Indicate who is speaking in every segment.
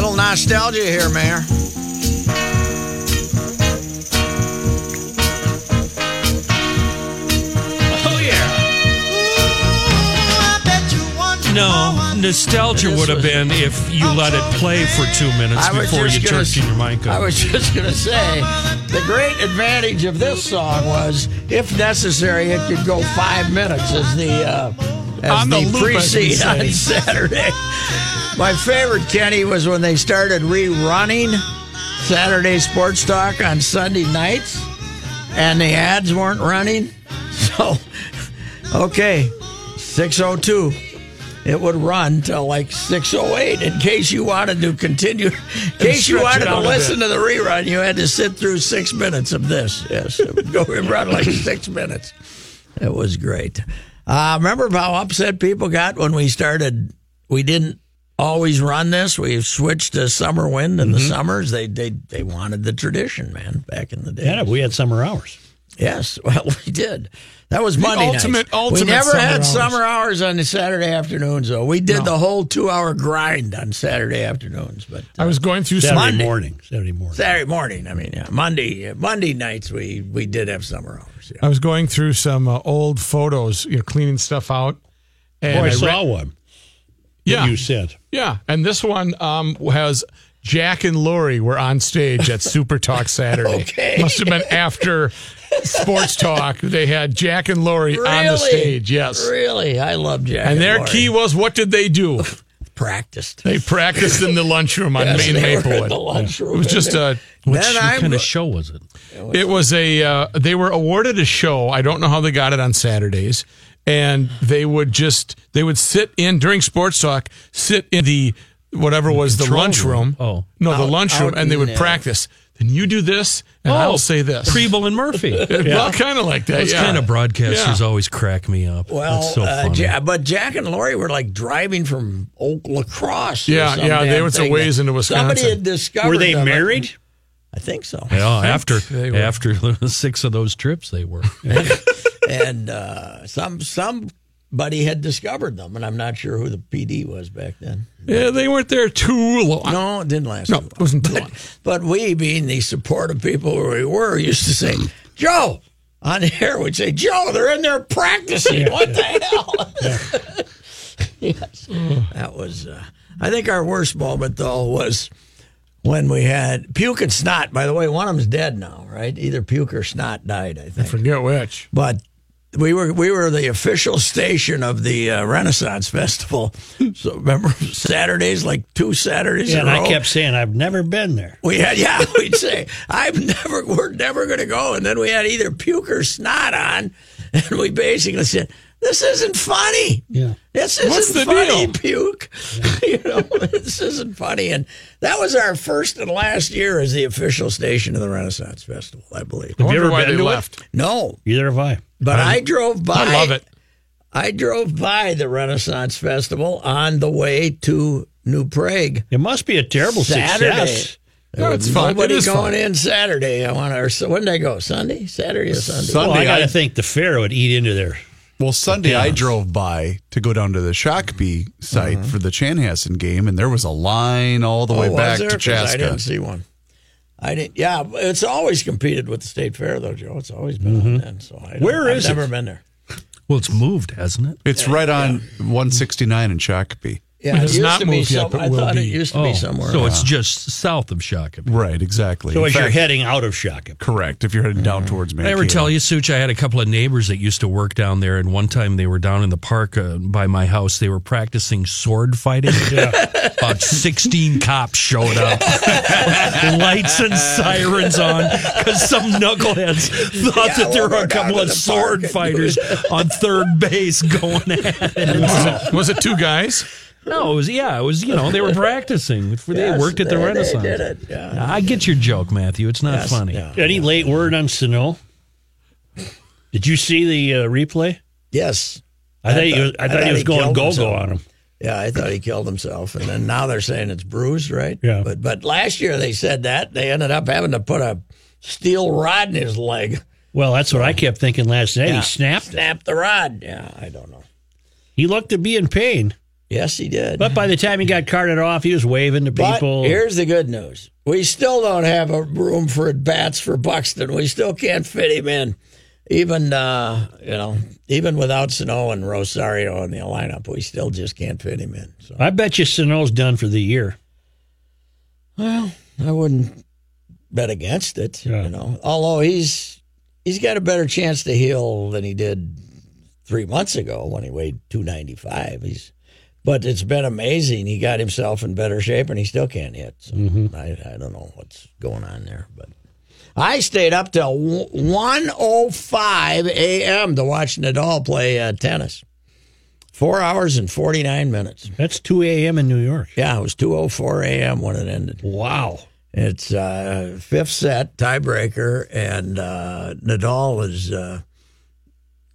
Speaker 1: nostalgia here, Mayor.
Speaker 2: Oh yeah. No, nostalgia would have been if you let it play for two minutes before you
Speaker 1: gonna
Speaker 2: jerked
Speaker 1: s-
Speaker 2: in your mic uh,
Speaker 1: I
Speaker 2: up.
Speaker 1: was just going to say the great advantage of this song was, if necessary, it could go five minutes as the uh, as
Speaker 2: On the
Speaker 1: the,
Speaker 2: loop, I should
Speaker 1: precede
Speaker 2: say.
Speaker 1: on Saturday. My favorite Kenny was when they started rerunning Saturday Sports Talk on Sunday nights, and the ads weren't running. So, okay, six oh two it would run till like 608 in case you wanted to continue in case you
Speaker 2: stretch
Speaker 1: wanted
Speaker 2: it
Speaker 1: to
Speaker 2: out a
Speaker 1: listen to the rerun you had to sit through six minutes of this yes it would go it run like six minutes it was great uh, remember how upset people got when we started we didn't always run this we've switched to summer wind in the
Speaker 3: Mm-hmm.
Speaker 1: summers they, they they wanted the tradition man back in the day
Speaker 3: Yeah, we had summer hours.
Speaker 1: Yes, well, we did. That was Monday nights.
Speaker 4: ultimate- ultimate
Speaker 1: we never
Speaker 4: summer
Speaker 1: had
Speaker 4: hours.
Speaker 1: summer hours on the Saturday afternoons, though. We did the whole two-hour grind on Saturday afternoons, but uh,
Speaker 4: I was going through
Speaker 3: Saturday
Speaker 4: some.
Speaker 3: morning. Saturday morning.
Speaker 1: Saturday morning, I mean, yeah, Monday, Monday nights, we we did have summer hours. Yeah.
Speaker 4: I was going through some uh, old photos, you know, cleaning stuff out. And
Speaker 3: Oh, I,
Speaker 4: I
Speaker 3: saw
Speaker 4: re-
Speaker 3: one. that
Speaker 4: yeah,
Speaker 3: You said.
Speaker 4: yeah, and this one um, has Jack and Lori were on stage at Super Talk Saturday.
Speaker 1: Okay.
Speaker 4: must have been after Sports Talk. They had Jack and Lori on the
Speaker 1: Really?
Speaker 4: stage. Yes,
Speaker 1: Really, I love Jack.
Speaker 4: and their
Speaker 1: Lori.
Speaker 4: key was what did they do?
Speaker 1: practiced.
Speaker 4: They practiced in the lunchroom on
Speaker 1: Yes,
Speaker 4: Main
Speaker 1: they were in
Speaker 4: Maplewood.
Speaker 1: the lunchroom.
Speaker 4: It was just a.
Speaker 1: Then
Speaker 2: Which, what
Speaker 1: I'm-
Speaker 2: kind of show was it?
Speaker 4: It was a. Uh, they were awarded a show. I don't know how they got it on Saturdays, and they would just they would sit in during sports talk, sit in the whatever was the
Speaker 2: control
Speaker 4: lunchroom.
Speaker 2: room. Oh.
Speaker 4: no, the lunchroom,
Speaker 1: out
Speaker 4: and they would
Speaker 1: in, uh,
Speaker 4: practice. Then you do this, and I'll say this.
Speaker 2: Preble and Murphy.
Speaker 4: Well, kind of like that.
Speaker 2: Those
Speaker 4: yeah.
Speaker 2: kind of broadcasters
Speaker 4: Yeah.
Speaker 2: always crack me up.
Speaker 1: Well,
Speaker 2: That's so
Speaker 1: uh,
Speaker 2: funny.
Speaker 1: Ja- but Jack and Lori were like driving from Oak Lacrosse. or
Speaker 4: Yeah,
Speaker 1: some
Speaker 4: yeah, they
Speaker 1: damn
Speaker 4: was a
Speaker 1: thing
Speaker 4: ways
Speaker 1: that
Speaker 4: into
Speaker 1: Somebody
Speaker 4: Wisconsin.
Speaker 1: had discovered.
Speaker 3: Were they
Speaker 1: them.
Speaker 3: married?
Speaker 1: I think so.
Speaker 2: yeah, after
Speaker 4: they were.
Speaker 2: after six of those trips, they were.
Speaker 1: and uh, some somebody had discovered them, and I'm not sure who the PD was back then.
Speaker 4: yeah, they weren't there too long.
Speaker 1: No, it didn't last.
Speaker 4: No,
Speaker 1: too
Speaker 4: it
Speaker 1: long.
Speaker 4: wasn't too long.
Speaker 1: But we, being the supportive people we were, used to say, "Joe." On the air, would say, Joe, they're in there practicing. what the hell? yes. That was, uh, I think our worst moment, though, was when we had Puke and Snot. By the way, one of them's dead now, right? Either Puke or Snot died, I think.
Speaker 4: Forget which.
Speaker 1: but we were we were the official station of the uh, Renaissance Festival. So remember Saturdays, like two Saturdays
Speaker 3: Yeah,
Speaker 1: in
Speaker 3: and
Speaker 1: a
Speaker 3: I
Speaker 1: row.
Speaker 3: kept saying, I've never been there.
Speaker 1: we had yeah, we'd say I've never we're never going to go, and then we had either puke or snot on, and we basically said. This isn't funny.
Speaker 3: Yeah.
Speaker 1: This isn't
Speaker 4: What's the
Speaker 1: funny,
Speaker 4: deal?
Speaker 1: puke. you know, this isn't funny. And that was our first and last year as the official station of the Renaissance Festival, I believe.
Speaker 4: I wonder
Speaker 3: ever
Speaker 4: why
Speaker 3: been
Speaker 4: they
Speaker 3: to it?
Speaker 4: left.
Speaker 1: No,
Speaker 3: Either have I.
Speaker 1: but I, drove by.
Speaker 4: I love it.
Speaker 1: I drove by the Renaissance Festival on the way to New Prague.
Speaker 3: It must be a terrible
Speaker 1: Saturday.
Speaker 3: success.
Speaker 4: No, it's fun.
Speaker 1: Nobody
Speaker 4: it is
Speaker 1: going
Speaker 4: fun.
Speaker 1: in Saturday. I want to. When did I go? Sunday, Saturday, or Sunday?
Speaker 3: Well,
Speaker 5: Sunday,
Speaker 3: I got
Speaker 5: I-
Speaker 3: to think the fair would eat into there.
Speaker 5: Well, Sunday I drove by to go down to the Shockby site for the Chanhassen game, and there was a line all the
Speaker 1: Mm-hmm. Oh,
Speaker 5: way
Speaker 1: was
Speaker 5: back
Speaker 1: there?
Speaker 5: to
Speaker 1: 'Cause I didn't
Speaker 5: Chaska.
Speaker 1: see one. I didn't. Yeah, it's always competed with the state fair, though, Joe. It's always been on then. So I don't-
Speaker 3: Where
Speaker 1: I've
Speaker 3: is it?
Speaker 1: Never been there.
Speaker 2: Well, it's moved, hasn't it?
Speaker 5: It's right on 169 in Shakopee.
Speaker 1: Yeah,
Speaker 4: It has not
Speaker 1: to be
Speaker 4: moved yet,
Speaker 1: some-
Speaker 4: but
Speaker 1: I
Speaker 4: will
Speaker 1: thought it
Speaker 4: be.
Speaker 1: used to be somewhere.
Speaker 2: Oh, So
Speaker 1: else.
Speaker 2: it's just south of Shakopee.
Speaker 5: Right, exactly.
Speaker 3: So
Speaker 5: In
Speaker 3: as you're
Speaker 5: fact,
Speaker 3: heading out of Shakopee.
Speaker 5: correct. If you're heading
Speaker 1: Mm.
Speaker 5: down towards
Speaker 2: I
Speaker 5: Mankato.
Speaker 2: ever tell you, Such, I had a couple of neighbors that used to work down there, and one time they were down in the park uh, by my house. They were practicing sword fighting. About 16 cops showed up, lights and sirens on, because some knuckleheads thought
Speaker 1: Yeah,
Speaker 2: that there
Speaker 1: we'll go
Speaker 2: were a
Speaker 1: down
Speaker 2: couple
Speaker 1: to
Speaker 2: of
Speaker 1: the park
Speaker 2: sword
Speaker 1: and do
Speaker 2: fighters on third base going at it.
Speaker 4: Was it two guys?
Speaker 2: No, it was, yeah, it was, you know, they were practicing. They
Speaker 1: Yes,
Speaker 2: worked at the
Speaker 1: they- they
Speaker 2: Renaissance.
Speaker 1: did it, yeah.
Speaker 2: I get your joke, Matthew. It's not
Speaker 1: Yes,
Speaker 2: funny.
Speaker 1: yeah.
Speaker 3: Any late word on Sano? Did you see the uh, replay?
Speaker 1: yes.
Speaker 3: I, thought, he was,
Speaker 1: I
Speaker 3: I thought,
Speaker 1: thought
Speaker 3: he was
Speaker 1: he
Speaker 3: going
Speaker 1: killed
Speaker 3: go go
Speaker 1: himself.
Speaker 3: on him.
Speaker 1: Yeah, I thought he killed himself, and then now they're saying it's bruised, right?
Speaker 3: Yeah.
Speaker 1: But but last year they said that they ended up having to put a steel rod in his leg,
Speaker 3: Well, that's what I kept thinking last night. He snapped. it.
Speaker 1: snap the rod. Yeah, I don't know.
Speaker 3: He looked to be in pain.
Speaker 1: Yes, he did.
Speaker 3: But by the time he got carted off, he was waving to
Speaker 1: But
Speaker 3: people.
Speaker 1: here's the good news. We still don't have a room for at bats for Buxton. We still can't fit him in. Even uh, you know, even without Sano and Rosario in the lineup, we still just can't fit him in. So
Speaker 3: I bet you Sano's done for the year.
Speaker 1: well, I wouldn't bet against it,
Speaker 3: Yeah.
Speaker 1: you know. Although he's he's got a better chance to heal than he did three months ago when he weighed two ninety five. He's but it's been amazing. He got himself in better shape and he still can't hit. So I, I don't know what's going on there, but I stayed up till 1.05 a.m. to watch Nadal play uh, tennis. Four hours and 49 minutes.
Speaker 3: That's 2 a.m. in New York.
Speaker 1: Yeah, it was 2.04 a.m. when it ended.
Speaker 3: Wow.
Speaker 1: It's uh, fifth set tiebreaker, and uh, Nadal is uh,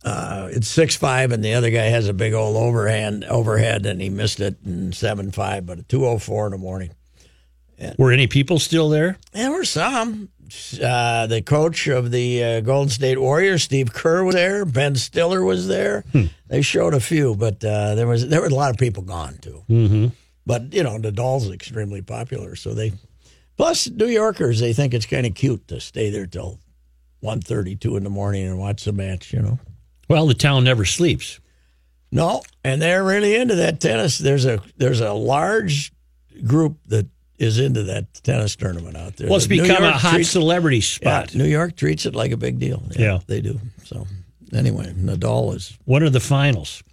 Speaker 1: uh, it's six five, and the other guy has a big old overhand overhead, and he missed it in seven five, but at two oh four in the morning.
Speaker 3: Were any people still there?
Speaker 1: There were some. Uh, the coach of the uh, Golden State Warriors, Steve Kerr, was there. Ben Stiller was there.
Speaker 3: Hmm.
Speaker 1: They showed a few, but uh, there was there were a lot of people gone too. Mm-hmm. But you know, Nadal's extremely popular, so they. Plus, New Yorkers they think it's kind of cute to stay there till 1.32 in the morning and watch the match. You know.
Speaker 3: Well, the town never sleeps.
Speaker 1: No, and they're really into that tennis. There's a there's a large group that is into that tennis tournament out there.
Speaker 3: Well, it's
Speaker 1: The New
Speaker 3: become a
Speaker 1: York
Speaker 3: hot
Speaker 1: treats-
Speaker 3: celebrity
Speaker 1: yeah,
Speaker 3: spot.
Speaker 1: New York treats it like a big deal.
Speaker 3: Yeah.
Speaker 1: they do. So anyway, Nadal is
Speaker 3: When are the finals?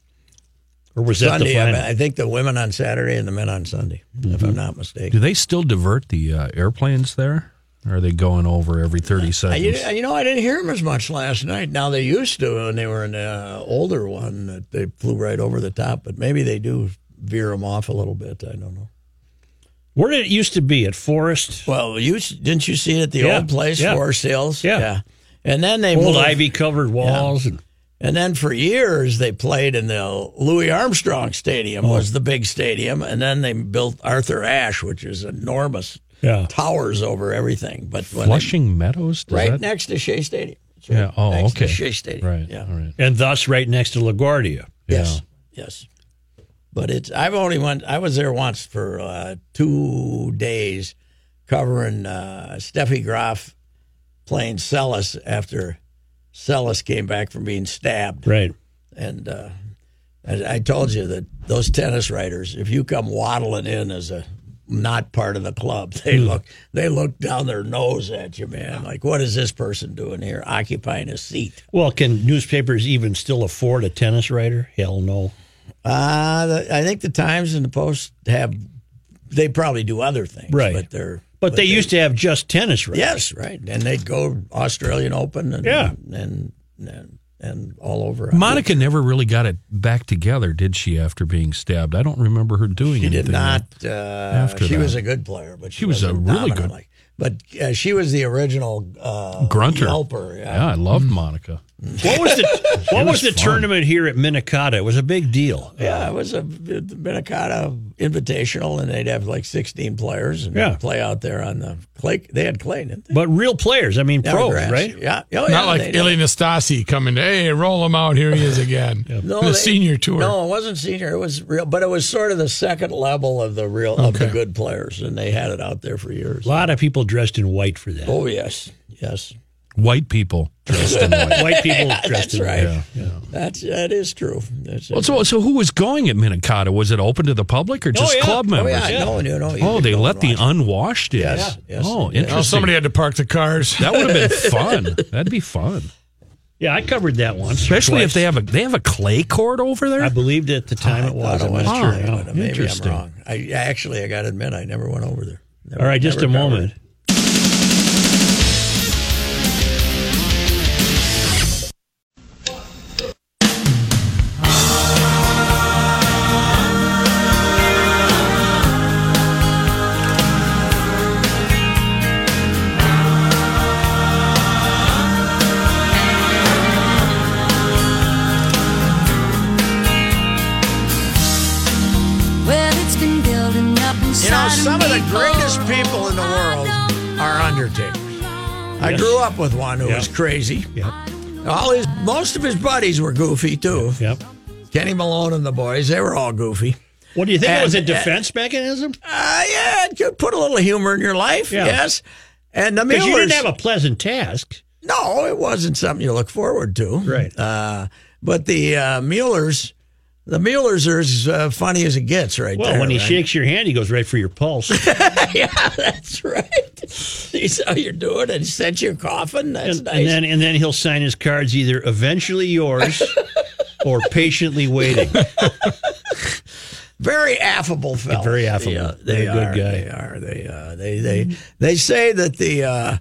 Speaker 3: Or was that the Mm-hmm.
Speaker 1: Sunday. I,
Speaker 3: final?
Speaker 1: mean, I think the women on Saturday and the men on Sunday, if I'm not mistaken.
Speaker 2: Do they still divert the uh, airplanes there? Or are they going over every 30
Speaker 1: Uh,
Speaker 2: seconds?
Speaker 1: You, you know, I didn't hear them as much last night. Now they used to when they were in the uh, older one that they flew right over the top, but maybe they do veer them off a little bit. I don't know.
Speaker 3: Where did it used to be? At Forest?
Speaker 1: Well, you didn't you see it at the
Speaker 3: Yeah,
Speaker 1: old place
Speaker 3: yeah.
Speaker 1: for sales?
Speaker 3: Yeah.
Speaker 1: And then they
Speaker 3: Old
Speaker 1: moved,
Speaker 3: ivy covered walls. And
Speaker 1: and then for years they played in the Louis Armstrong Stadium
Speaker 2: Oh.
Speaker 1: was the big stadium, and then they built Arthur Ashe, which is enormous
Speaker 3: Yeah.
Speaker 1: towers over everything. But when they-
Speaker 2: Flushing Meadows? Does
Speaker 1: right
Speaker 2: that-
Speaker 1: next to Shea Stadium. That's
Speaker 2: Yeah, oh,
Speaker 1: next To
Speaker 2: okay.
Speaker 1: Shea Stadium.
Speaker 2: Right.
Speaker 1: Yeah.
Speaker 2: All right.
Speaker 3: and thus right next to LaGuardia.
Speaker 1: Yes. Yes. But it's I've only went I was there once for uh, two days covering uh, Steffi Graf playing Celis after Celis came back from being stabbed.
Speaker 3: Right.
Speaker 1: And uh, I, I told you that those tennis writers, if you come waddling in as a not part of the club, they look they look down their nose at you, man. Like, what is this person doing here, occupying a seat?
Speaker 3: Well, can newspapers even still afford a tennis writer? Hell no.
Speaker 1: Uh, the, I think the Times and the Post have. They probably do other things,
Speaker 3: Right.
Speaker 1: But they're
Speaker 3: But, they, used to have just tennis writers.
Speaker 1: yes, right, and they'd go Australian Open, and
Speaker 3: Yeah.
Speaker 1: and and, and all over.
Speaker 2: Monica never really got it back together, did she, after being stabbed? I don't remember her doing
Speaker 1: she
Speaker 2: anything.
Speaker 1: did not. Uh, After she
Speaker 2: that.
Speaker 1: was a good player, but she,
Speaker 2: She was a
Speaker 1: wasn't
Speaker 2: really
Speaker 1: dominant
Speaker 2: good-
Speaker 1: like- but uh, she was the original uh,
Speaker 2: Grunter.
Speaker 1: helper. Yeah.
Speaker 2: Yeah, I loved Monica.
Speaker 3: What was the What
Speaker 2: was
Speaker 3: was, the
Speaker 2: fun.
Speaker 3: tournament here at Minnetonka? It was a big deal.
Speaker 1: Yeah, it was a the Minnetonka Invitational, and they'd have like sixteen players and
Speaker 3: Yeah.
Speaker 1: play out there on the clay. They had clay, didn't they?
Speaker 3: But real players, I mean,
Speaker 1: That was
Speaker 3: pros,
Speaker 1: grass.
Speaker 3: right?
Speaker 1: Yeah, Oh, yeah
Speaker 4: Not like
Speaker 1: they-
Speaker 4: Illy Nastasi coming to, hey, roll him out. Here he is again.
Speaker 1: No,
Speaker 4: the
Speaker 1: they-
Speaker 4: senior tour.
Speaker 1: No, it wasn't senior. It was real, but it was sort of the second level of the real of the
Speaker 4: Okay.
Speaker 1: good players, and they had it out there for years.
Speaker 3: A lot of people dressed in white for that.
Speaker 1: Oh yes, yes,
Speaker 2: White people dressed in white.
Speaker 3: White people dressed
Speaker 1: that's
Speaker 3: in
Speaker 1: right.
Speaker 2: Yeah.
Speaker 1: That's that is true. That's
Speaker 2: Well, so, so who was going at Minnetonka? Was it open to the public or just
Speaker 3: yeah.
Speaker 2: club
Speaker 1: oh
Speaker 2: members?
Speaker 1: yeah, no, no, no. you
Speaker 2: Oh,
Speaker 1: could
Speaker 2: they
Speaker 1: go
Speaker 2: let
Speaker 1: and
Speaker 2: the
Speaker 1: watch.
Speaker 2: unwashed in.
Speaker 1: Yes, yes,
Speaker 2: oh,
Speaker 1: yes.
Speaker 2: interesting.
Speaker 4: Oh, somebody had to park the cars.
Speaker 2: that would have been fun. That'd be fun,
Speaker 3: Yeah, I covered that once.
Speaker 2: especially if they have a they have a clay court over there.
Speaker 3: I believed at the time it was.
Speaker 1: I
Speaker 3: I'm
Speaker 1: was
Speaker 3: not
Speaker 1: true,
Speaker 3: sure now.
Speaker 1: but maybe I'm
Speaker 2: Interesting.
Speaker 1: wrong. I I actually, I got to admit, I never went over there. Never-
Speaker 3: All right, just a
Speaker 1: never covered.
Speaker 3: moment.
Speaker 6: Well, it's been building up
Speaker 1: You know,
Speaker 6: inside
Speaker 1: some of the
Speaker 6: me Uh,
Speaker 1: greatest
Speaker 6: for
Speaker 1: people in the world are undertakers. I grew up with one who was crazy. All his, most of his buddies were goofy too.
Speaker 3: Yep.
Speaker 1: Kenny Malone and the boys, they were all goofy.
Speaker 3: What do you think? it was a
Speaker 1: And-
Speaker 3: defense mechanism?
Speaker 1: Uh, yeah, you put a little humor in your life.
Speaker 3: Yeah.
Speaker 1: Yes. And the
Speaker 3: Because
Speaker 1: Mueller's.
Speaker 3: you didn't have a pleasant task.
Speaker 1: No, it wasn't something you look forward to.
Speaker 3: Right.
Speaker 1: Uh, but the uh, Mueller's, the Mueller's are as uh, funny as it gets, right
Speaker 3: Well,
Speaker 1: there.
Speaker 3: when he
Speaker 1: right?
Speaker 3: shakes your hand, he goes right for your pulse.
Speaker 1: yeah, that's right. He saw you do it and he sent you a coffin. That's
Speaker 3: and,
Speaker 1: nice.
Speaker 3: and then and then he'll sign his cards either eventually yours or patiently waiting. Oh,
Speaker 1: very affable fellow.
Speaker 3: Very affable.
Speaker 1: they
Speaker 3: Very
Speaker 1: are.
Speaker 3: good guy.
Speaker 1: They are. They uh, they they they say that the uh,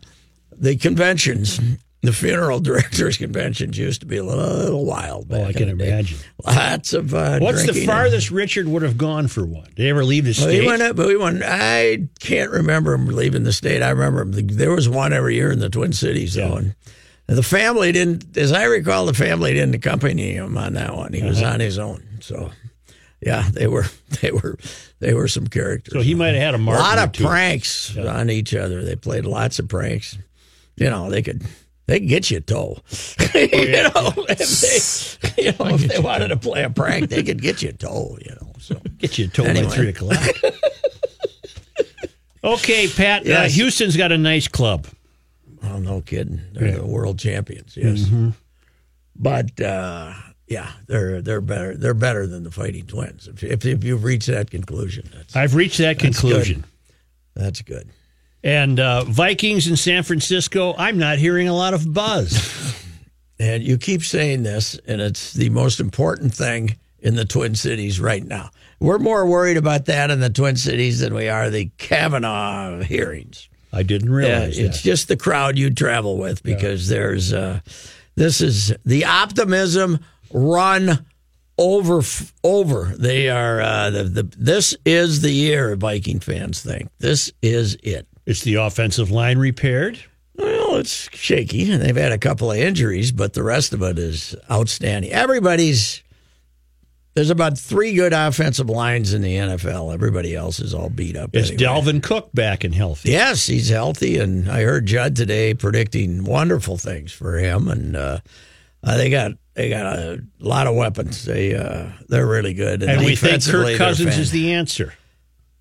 Speaker 1: the conventions, the funeral directors' conventions, used to be a little wild.
Speaker 3: Oh,
Speaker 1: back
Speaker 3: I
Speaker 1: in
Speaker 3: can
Speaker 1: the day.
Speaker 3: imagine.
Speaker 1: Lots of uh,
Speaker 3: What's the
Speaker 1: drinking and-
Speaker 3: farthest Richard would have gone for one? Did he ever leave the
Speaker 1: Well,
Speaker 3: state?
Speaker 1: He went up, but we went. I can't remember him leaving the state. I remember him. There was one every year in the Twin Cities, though. And the family didn't, as I recall, the family didn't accompany him on that one. He was
Speaker 3: Uh-huh.
Speaker 1: on his own. So, yeah, they were, they were, they were some characters.
Speaker 3: so he might have had a
Speaker 1: a
Speaker 3: mark.
Speaker 1: lot
Speaker 3: or
Speaker 1: of
Speaker 3: two.
Speaker 1: pranks on each other. They played lots of pranks. You know, they could. They could get you a tow.
Speaker 3: Oh,
Speaker 1: you know, if they, you know, if they wanted to play a prank, they could get you a tow, you know. So
Speaker 3: Get you told by
Speaker 1: Anyway.
Speaker 3: three o'clock. okay, Pat. Uh,
Speaker 1: Yes.
Speaker 3: Houston's got a nice club.
Speaker 1: Oh, no kidding. They're the world champions, yes. But uh, yeah, they're they're better they're better than the fighting twins. If if, if you've reached that conclusion, that's
Speaker 3: I've reached that conclusion.
Speaker 1: that's good.
Speaker 3: And uh, Vikings in San Francisco. I'm not hearing a lot of buzz.
Speaker 1: And you keep saying this, and it's the most important thing in the Twin Cities right now. We're more worried about that in the Twin Cities than we are the Kavanaugh hearings.
Speaker 3: I didn't
Speaker 1: Yeah,
Speaker 3: realize
Speaker 1: it's
Speaker 3: that.
Speaker 1: just the crowd you travel with because there's uh, this is the optimism run over over. They are uh, the, the this is the year Viking fans think this is it.
Speaker 3: It's the offensive line repaired.
Speaker 1: Well, it's shaky, and they've had a couple of injuries, but the rest of it is outstanding. Everybody's there's about three good offensive lines in the NFL. Everybody else is all beat up.
Speaker 3: Is
Speaker 1: anyway.
Speaker 3: Dalvin Cook back and healthy?
Speaker 1: Yes, he's healthy, and I heard Judd today predicting wonderful things for him. And uh, uh, they got they got a lot of weapons. They uh, they're really good.
Speaker 3: And we think
Speaker 1: defensively,
Speaker 3: Kirk
Speaker 1: they're
Speaker 3: Cousins
Speaker 1: fan-
Speaker 3: is the answer.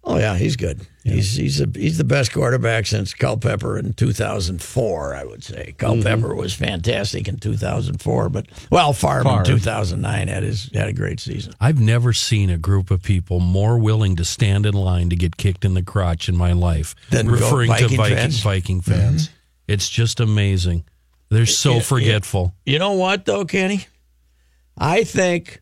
Speaker 1: Oh yeah, he's good. He's he's a, he's the best quarterback since Culpepper in 2004. I would say Culpepper was fantastic in 2004, but well, Favre, in 2009 had his had a great season.
Speaker 2: I've never seen a group of people more willing to stand in line to get kicked in the crotch in my life
Speaker 1: Than Go-
Speaker 2: referring to
Speaker 1: Viking
Speaker 2: Viking
Speaker 1: fans? Mm-hmm.
Speaker 2: Viking fans. It's just amazing. They're so forgetful.
Speaker 1: You know what though, Kenny? I think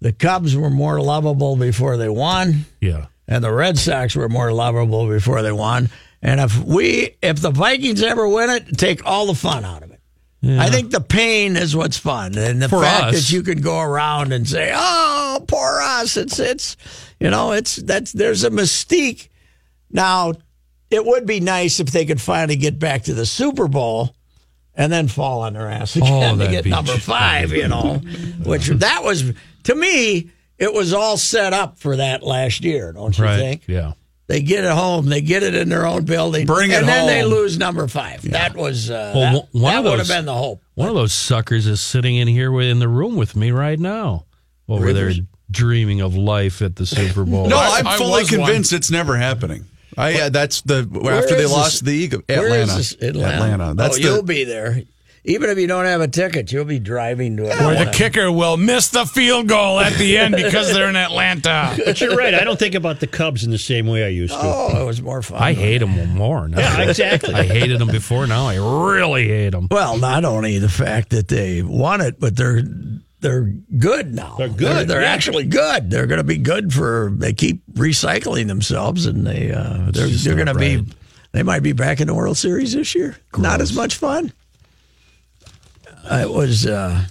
Speaker 1: the Cubs were more lovable before they won.
Speaker 2: Yeah.
Speaker 1: and the Red Sox were more lovable before they won. And if we, if the Vikings ever win it, take all the fun out of it. I think the pain is what's fun, and the
Speaker 2: For
Speaker 1: fact
Speaker 2: us.
Speaker 1: that you can go around and say, "Oh, poor us," it's it's, you know, it's that's there's a mystique. Now, it would be nice if they could finally get back to the Super Bowl. And then fall on their ass again to
Speaker 2: Oh, that'd
Speaker 1: get
Speaker 2: be-
Speaker 1: number five, you know, which that was to me, it was all set up for that last year, don't you
Speaker 2: Right.
Speaker 1: think?
Speaker 2: Yeah.
Speaker 1: They get it home. They get it in their own building.
Speaker 5: Bring it
Speaker 1: and then they
Speaker 5: home.
Speaker 1: lose number five. That was uh,
Speaker 2: Well,
Speaker 1: that,
Speaker 2: one of
Speaker 1: that would have
Speaker 2: those-
Speaker 1: been the hope.
Speaker 2: One of those suckers is sitting in here with- in the room with me right now over there dreaming of life at the Super Bowl.
Speaker 5: No,
Speaker 4: I-
Speaker 5: I'm
Speaker 4: I
Speaker 5: fully
Speaker 4: was one.
Speaker 5: convinced it's never happening. I uh, that's the after they
Speaker 1: is
Speaker 5: lost the Eagle, Atlanta,
Speaker 1: Where is this? Atlanta.
Speaker 5: That's
Speaker 1: oh,
Speaker 5: the
Speaker 1: you'll be there, even if you don't have a ticket. You'll be driving to
Speaker 4: Where
Speaker 1: Atlanta.
Speaker 4: the kicker will miss the field goal at the end because they're in Atlanta.
Speaker 3: But you're right. I don't think about the Cubs in the same way I used to.
Speaker 1: oh, it was more fun.
Speaker 2: I hate them more now.
Speaker 3: Yeah, exactly.
Speaker 2: I hated them before. Now I really hate them.
Speaker 1: Well, not only the fact that they won it, but they're they're good now.
Speaker 3: They're good,
Speaker 1: They're, they're
Speaker 3: yeah.
Speaker 1: actually good. They're going to be good for. They keep recycling themselves, and they uh, they're
Speaker 2: just
Speaker 1: they're going
Speaker 2: not
Speaker 1: to
Speaker 2: right.
Speaker 1: be. They might be back in the World Series this year. Not as much fun. Uh, It was. Uh,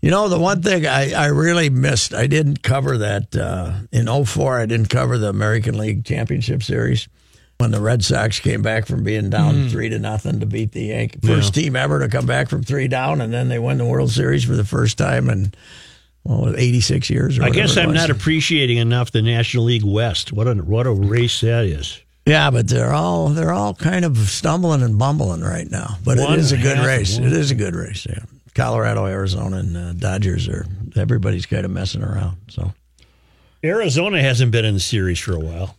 Speaker 1: you know, the one thing I, I really missed, I didn't cover that uh, in 04, I didn't cover the American League Championship Series when the Red Sox came back from being down
Speaker 3: Hmm.
Speaker 1: three to nothing to beat the Yankees. First team ever to come back from three down, and then they win the World Series for the first time in, well, 86 years or
Speaker 3: I guess
Speaker 1: whatever it
Speaker 3: I'm
Speaker 1: was.
Speaker 3: not appreciating enough the National League West. What a what a race that is.
Speaker 1: Yeah, but they're all they're all kind of stumbling and bumbling right now. But
Speaker 3: One
Speaker 1: it is a good
Speaker 3: half,
Speaker 1: race.
Speaker 3: one-
Speaker 1: It is a good race. Yeah, Colorado, Arizona, and uh, Dodgers are everybody's kind of messing around. So
Speaker 3: Arizona hasn't been in the series for a while.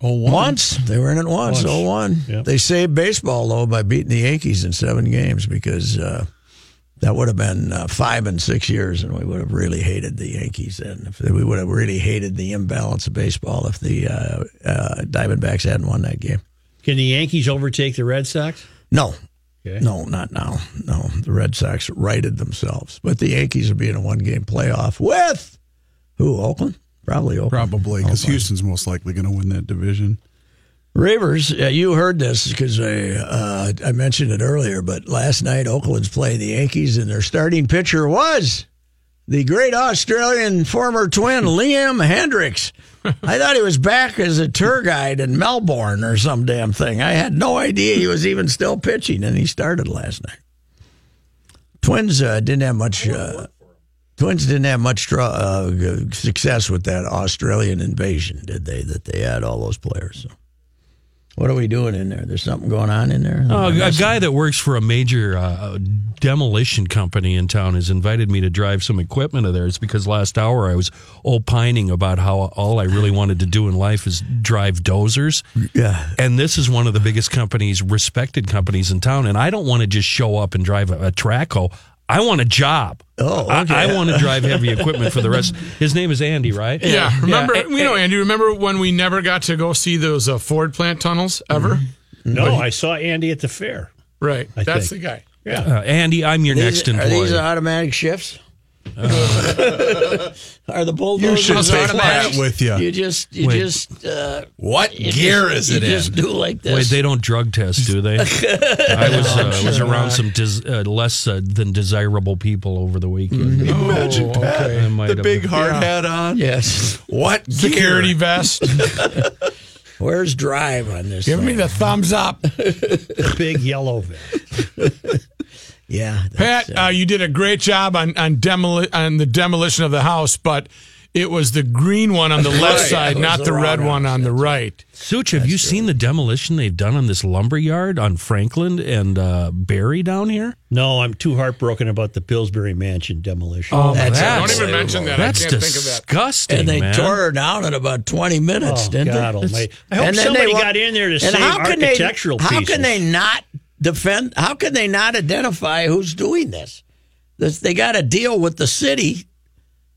Speaker 5: Oh,
Speaker 1: Once they were in it once,
Speaker 3: Once.
Speaker 1: oh one.
Speaker 3: Yep.
Speaker 1: They saved baseball though by beating the Yankees in seven games because uh, that would have been uh, five and six years, and we would have really hated the Yankees then. If we would have really hated the imbalance of baseball if the uh, uh, Diamondbacks hadn't won that game.
Speaker 3: Can the Yankees overtake the Red Sox?
Speaker 1: No.
Speaker 3: Okay.
Speaker 1: No, not now. No, the Red Sox righted themselves, but the Yankees would be in a one-game playoff with who? Oakland, probably Oakland.
Speaker 5: Probably because Houston's most likely going to win that division.
Speaker 1: Rivers, uh, you heard this because I uh, I mentioned it earlier, but last night Oakland's playing the Yankees, and their starting pitcher was the great Australian former twin Liam Hendricks. I thought he was back as a tour guide in Melbourne or some damn thing. I had no idea he was even still pitching, and he started last night. Twins uh, didn't have much. Uh, Twins didn't have much tr- uh, g- success with that Australian invasion, did they? That they had all those players. So. What are we doing in there? There's something going on in there.
Speaker 2: Uh, a guy that works for a major uh, demolition company in town has invited me to drive some equipment of theirs because last hour I was opining about how all I really wanted to do in life is drive dozers.
Speaker 1: yeah,
Speaker 2: And this is one of the biggest companies, respected companies in town. And I don't want to just show up and drive a, a Traco. I want a job.
Speaker 1: Oh,
Speaker 2: I-
Speaker 1: okay.
Speaker 2: I, want to drive heavy equipment for the rest. His name is Andy, right?
Speaker 4: Yeah, remember
Speaker 2: A-
Speaker 4: we know Andy. Remember when we never got to go see those uh, Ford plant tunnels ever?
Speaker 3: No, I saw Andy at the fair.
Speaker 4: Right,
Speaker 3: Mm-hmm. I
Speaker 4: that's
Speaker 3: think.
Speaker 4: the guy.
Speaker 3: Yeah.
Speaker 2: uh, Andy, I'm your next
Speaker 1: are
Speaker 2: employee.
Speaker 1: these uh, automatic shifts? are the bulldozers
Speaker 5: You should take
Speaker 1: automatic?
Speaker 5: that with you.
Speaker 1: You just, you
Speaker 2: Wait.
Speaker 1: just, uh,
Speaker 5: What
Speaker 1: you
Speaker 5: gear
Speaker 1: just-
Speaker 5: is it
Speaker 1: you
Speaker 5: in?
Speaker 1: Just do like this.
Speaker 2: Wait, they don't drug test, do they? I was uh, was around some des- uh, less uh, than desirable people over the weekend.
Speaker 1: Mm-hmm.
Speaker 5: Imagine Pat,
Speaker 2: I might
Speaker 5: the
Speaker 2: have-
Speaker 5: big hard hat on.
Speaker 1: yes.
Speaker 5: What
Speaker 4: Security
Speaker 5: gear?
Speaker 4: vest.
Speaker 1: Where's drive on this?
Speaker 4: Give me
Speaker 1: thing?
Speaker 4: the thumbs up,
Speaker 3: The big yellow vest.
Speaker 1: yeah. that's,
Speaker 4: Pat. Uh, you did a great job on on demoli- on the demolition of the house, but it was the green one on the left
Speaker 1: Right,
Speaker 4: side,
Speaker 1: it was
Speaker 4: not
Speaker 1: the
Speaker 4: the,
Speaker 1: wrong
Speaker 4: red one on the right.
Speaker 2: Such, have you seen the demolition they've done on this lumber yard on Franklin and uh, Barry down here?
Speaker 3: No, I'm too heartbroken about the Pillsbury Mansion demolition.
Speaker 1: That's
Speaker 4: Don't even mention that.
Speaker 2: That's
Speaker 4: I can't think of that.
Speaker 2: disgusting,
Speaker 1: and they
Speaker 2: man.
Speaker 1: tore her down in about 20 minutes,
Speaker 3: Oh,
Speaker 1: didn't
Speaker 3: God
Speaker 1: they?
Speaker 3: almighty. I hope somebody
Speaker 1: wa-
Speaker 3: got in there to
Speaker 1: and
Speaker 3: save
Speaker 1: how can they-
Speaker 3: architectural
Speaker 1: How
Speaker 3: pieces.
Speaker 1: can they not defend? How can they not identify who's doing this? this they got to deal with the city.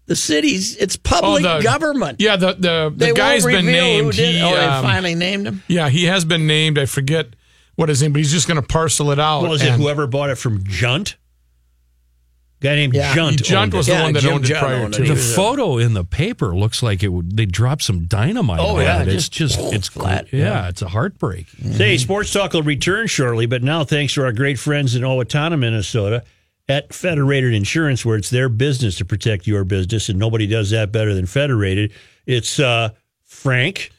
Speaker 1: The city's it's
Speaker 3: Oh,
Speaker 1: public
Speaker 4: the-
Speaker 1: government.
Speaker 4: Yeah, the the,
Speaker 1: they
Speaker 4: the guy's
Speaker 1: won't
Speaker 4: been
Speaker 1: reveal Who
Speaker 4: named.
Speaker 1: did,
Speaker 4: He,
Speaker 1: oh, they
Speaker 4: um,
Speaker 1: finally named him.
Speaker 4: yeah, he has been named. I forget what his name, but he's just going to parcel it out.
Speaker 3: Was it
Speaker 4: and-
Speaker 3: whoever bought it from Junt? Guy named
Speaker 1: Yeah.
Speaker 3: Junt.
Speaker 4: Junt
Speaker 3: owned
Speaker 4: was
Speaker 3: it.
Speaker 4: the
Speaker 1: Yeah,
Speaker 4: one that
Speaker 1: Jim
Speaker 4: owned it
Speaker 1: John
Speaker 4: prior
Speaker 1: owned
Speaker 4: to.
Speaker 1: it.
Speaker 2: the
Speaker 1: He was a-
Speaker 2: photo in the paper looks like it. would- They dropped some dynamite.
Speaker 1: Oh,
Speaker 2: on
Speaker 1: yeah,
Speaker 2: it. it's
Speaker 1: just
Speaker 2: just it's
Speaker 1: flat,
Speaker 2: flat. Yeah, it's a heartbreak.
Speaker 3: Say, Sports Talk will return shortly, but now thanks to our great friends in Owatonna, Minnesota, at Federated Insurance, where it's their business to protect your business, and nobody does that better than Federated. It's uh, Frank,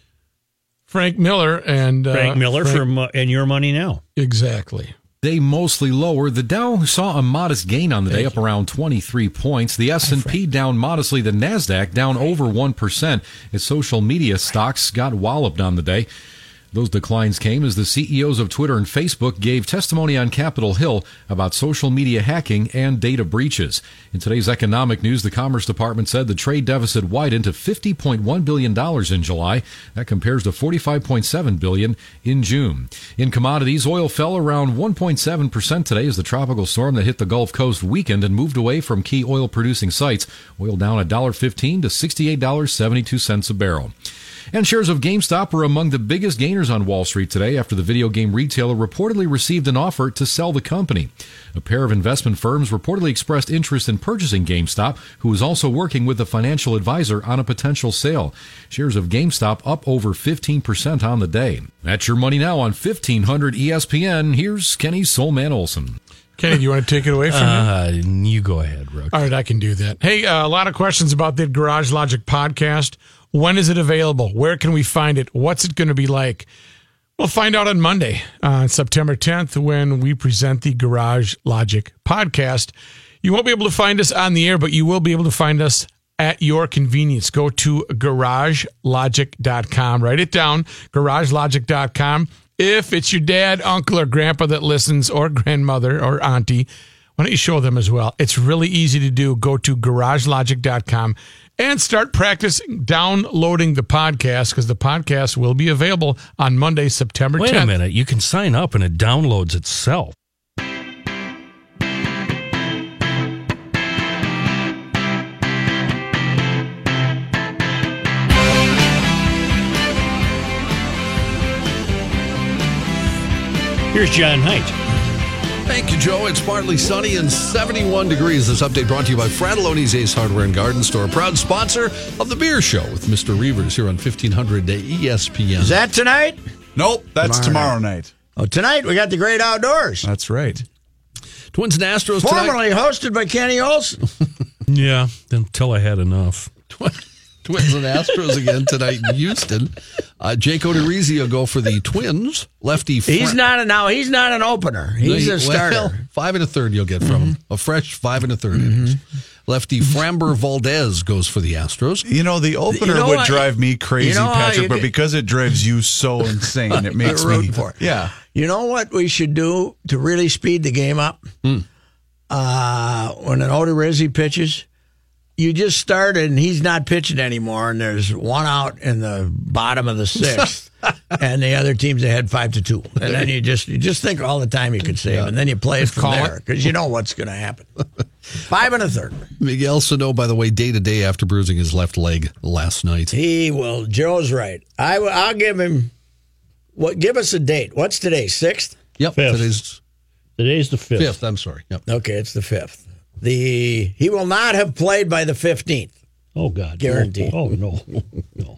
Speaker 4: Frank Miller and uh,
Speaker 3: Frank Miller from uh, And Your Money Now.
Speaker 4: exactly.
Speaker 7: They mostly lower. The Dow saw a modest gain on the day, up around 23 points. The S&P down modestly. The Nasdaq down over one percent. Its social media stocks got walloped on the day. Those declines came as the CEOs of Twitter and Facebook gave testimony on Capitol Hill about social media hacking and data breaches. In today's economic news, the Commerce Department said the trade deficit widened to $50.1 billion in July. That compares to $45.7 billion in June. In commodities, oil fell around 1.7% today as the tropical storm that hit the Gulf Coast weakened and moved away from key oil producing sites. Oil down $1.15 to $68.72 a barrel. And shares of GameStop were among the biggest gainers on Wall Street today after the video game retailer reportedly received an offer to sell the company. A pair of investment firms reportedly expressed interest in purchasing GameStop, who is also working with a financial advisor on a potential sale. Shares of GameStop up over 15% on the day. That's your money now on E 1500 ESPN. Here's Kenny Soulman Olson.
Speaker 4: Kenny, do you want to take it away from me?
Speaker 2: Uh, you go ahead, Rook.
Speaker 4: All right, I can do that. Hey, uh, a lot of questions about the Garage Logic podcast. When is it available? Where can we find it? What's it going to be like? We'll find out on Monday, uh, September 10th, when we present the Garage Logic podcast. You won't be able to find us on the air, but you will be able to find us at your convenience. Go to garagelogic.com. Write it down, garagelogic.com. If it's your dad, uncle, or grandpa that listens, or grandmother, or auntie, why don't you show them as well? It's really easy to do. Go to garagelogic.com and start practicing downloading the podcast because the podcast will be available on Monday, September
Speaker 2: Wait
Speaker 4: 10th.
Speaker 2: a minute. You can sign up and it downloads itself.
Speaker 3: Here's John Height.
Speaker 8: Thank you, Joe. It's partly sunny and 71 degrees. This update brought to you by Fratelloni's Ace Hardware and Garden Store, proud sponsor of The Beer Show with Mr. Reavers here on 1500 ESPN.
Speaker 1: Is that tonight?
Speaker 5: Nope, that's tomorrow night.
Speaker 1: Oh, tonight we got the great outdoors.
Speaker 5: That's right.
Speaker 8: Twins and Astros tonight.
Speaker 1: Formerly hosted by Kenny Olson.
Speaker 2: Yeah, until I had enough.
Speaker 8: Twins and Astros again tonight in Houston. Uh, Jake Odorizzi will go for the Twins. Lefty.
Speaker 1: He's
Speaker 8: Fra-
Speaker 1: not a now. He's not an opener. He's
Speaker 8: Well,
Speaker 1: a starter. Mm-hmm.
Speaker 8: five and a third you'll get from him. A fresh five and a 3rd innings. Lefty Framber Valdez goes for the Astros.
Speaker 5: You know, the opener
Speaker 1: know
Speaker 5: would
Speaker 1: what?
Speaker 5: drive me crazy,
Speaker 1: You know what?
Speaker 5: Patrick,
Speaker 1: You
Speaker 5: but
Speaker 1: did-
Speaker 5: because it drives you so insane, it makes
Speaker 1: root
Speaker 5: me.
Speaker 1: for it.
Speaker 5: Yeah.
Speaker 1: You know what we should do to really speed the game up?
Speaker 5: Hmm.
Speaker 1: Uh, when an Oda Rizzi pitches, you just start and he's not pitching anymore, and there's one out in the bottom of the sixth, and the other team's ahead five to two, and then you just you just think all the time you could save, and then you play it from
Speaker 4: call
Speaker 1: there because you know what's going to happen. Five and a third.
Speaker 8: Miguel Sano, by the way, day to day after bruising his left leg last night.
Speaker 1: He will. Joe's right. I will. I'll give him. What? Give us a date. What's today? Sixth.
Speaker 8: Yep,
Speaker 3: Fifth.
Speaker 8: today's
Speaker 3: Today's the fifth.
Speaker 8: fifth. I'm sorry. Yep.
Speaker 1: Okay, it's the fifth. The he will not have played by the fifteenth.
Speaker 3: Oh God,
Speaker 1: Guaranteed.
Speaker 3: Oh, no, no.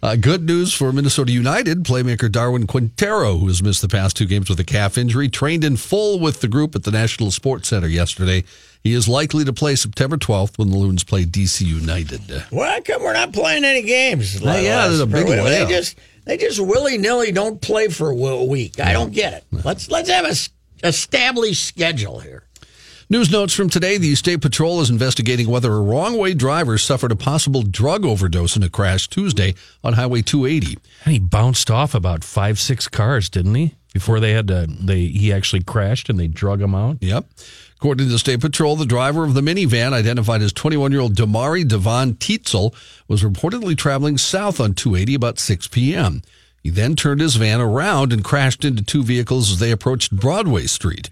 Speaker 8: Uh, good news for Minnesota United playmaker Darwin Quintero, who has missed the past two games with a calf injury, trained in full with the group at the National Sports Center yesterday. He is likely to play September 12th when the Loons play DC United.
Speaker 1: Well, how come we're not playing any games?
Speaker 8: Oh, yeah, there's a big
Speaker 1: They
Speaker 8: layoff.
Speaker 1: just they just willy nilly don't play for a week. I don't get it. Let's let's have a s- established schedule here.
Speaker 8: News notes from today the State Patrol is investigating whether a wrong way driver suffered a possible drug overdose in a crash Tuesday on Highway 280.
Speaker 2: And he bounced off about five, six cars, didn't he? Before they had to, they he actually crashed and they drug him out.
Speaker 8: Yep. According to State Patrol, the driver of the minivan, identified as 21 year old Damari Devon Tietzel, was reportedly traveling south on 280 about 6 p.m. He then turned his van around and crashed into two vehicles as they approached Broadway Street.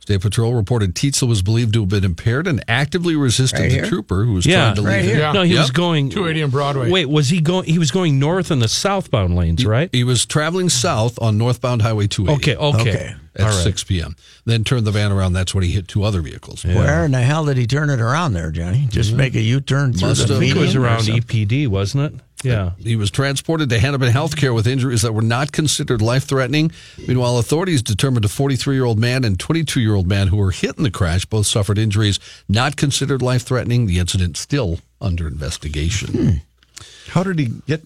Speaker 8: State Patrol reported Tietzel was believed to have been impaired and actively resisted the trooper who was trying to leave him.
Speaker 4: here.
Speaker 2: No, he
Speaker 8: Yep.
Speaker 2: was going
Speaker 4: 280 and Broadway.
Speaker 2: Wait, was he going? He was going north in the southbound lanes, right?
Speaker 8: He was traveling south on northbound Highway
Speaker 2: Okay,
Speaker 8: 280
Speaker 2: oh, okay.
Speaker 1: Okay.
Speaker 8: at 6 p.m. Then turned the van around. That's when he hit two other vehicles.
Speaker 1: Where in the hell did he turn it around there, Johnny? Just make a U turn through
Speaker 8: Must
Speaker 1: the
Speaker 8: have-
Speaker 2: It
Speaker 1: median
Speaker 2: was
Speaker 1: or
Speaker 2: around
Speaker 1: something.
Speaker 2: EPD, wasn't it? Yeah.
Speaker 8: He was transported to Hennepin Healthcare with injuries that were not considered life threatening. Meanwhile, authorities determined a 43 year old man and 22 year old man who were hit in the crash both suffered injuries not considered life threatening. The incident still under investigation.
Speaker 2: Hmm.
Speaker 5: How did he get?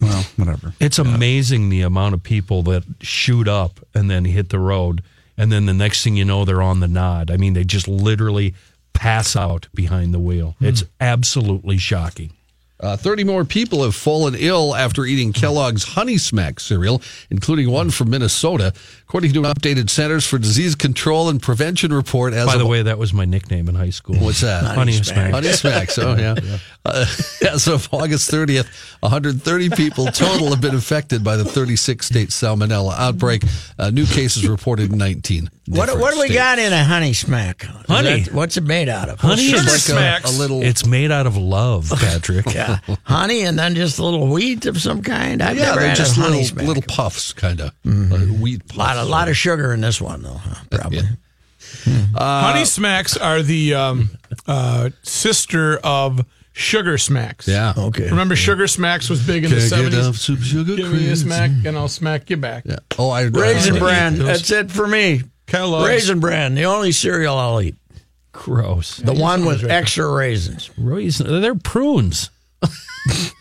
Speaker 5: Well, whatever.
Speaker 2: It's amazing the amount of people that shoot up and then hit the road, and then the next thing you know, they're on the nod. I mean, they just literally pass out behind the wheel. It's absolutely shocking.
Speaker 8: Uh, 30 more people have fallen ill after eating Kellogg's Honey Smack cereal, including one from Minnesota. According to an updated Centers for Disease Control and Prevention report, as
Speaker 2: By
Speaker 8: of
Speaker 2: the way, that was my nickname in high school.
Speaker 8: What's that?
Speaker 2: Honey Smack.
Speaker 8: Honey Smacks. Oh, yeah. Uh, as of August 30th, 130 people total have been affected by the 36 state salmonella outbreak. Uh, new cases reported in 19.
Speaker 1: What,
Speaker 8: different
Speaker 1: what do we
Speaker 8: states.
Speaker 1: got in a honey smack? Is
Speaker 2: Honey.
Speaker 1: that- what's it made out of?
Speaker 2: Honey
Speaker 8: It's
Speaker 2: is
Speaker 8: like a-
Speaker 4: Smacks.
Speaker 8: A, little.
Speaker 2: It's made out of love, Patrick.
Speaker 1: Yeah, honey, and then just a little wheat of some kind. I've
Speaker 8: yeah,
Speaker 1: never
Speaker 8: they're
Speaker 1: had
Speaker 8: just
Speaker 1: a honey
Speaker 8: little,
Speaker 1: smack.
Speaker 8: little puffs, kind of. Like wheat puffs.
Speaker 1: lot, a lot of sugar in this one, though. Huh? Probably.
Speaker 4: Honey Smacks are the um, uh, sister of Sugar Smacks.
Speaker 8: Yeah.
Speaker 1: Okay.
Speaker 4: Remember, Sugar Smacks was big in the
Speaker 8: Can't get enough
Speaker 4: 70s?
Speaker 8: soup, sugar,
Speaker 4: Give me a
Speaker 8: creams.
Speaker 4: smack and I'll smack you back.
Speaker 8: Yeah. Oh, I
Speaker 1: Raisin
Speaker 8: I-
Speaker 1: bran. That's it for me.
Speaker 4: Kellogg's.
Speaker 1: Raisin bran, the only cereal I'll eat.
Speaker 2: Gross.
Speaker 1: The one with extra raisins.
Speaker 2: Raisin. They're prunes.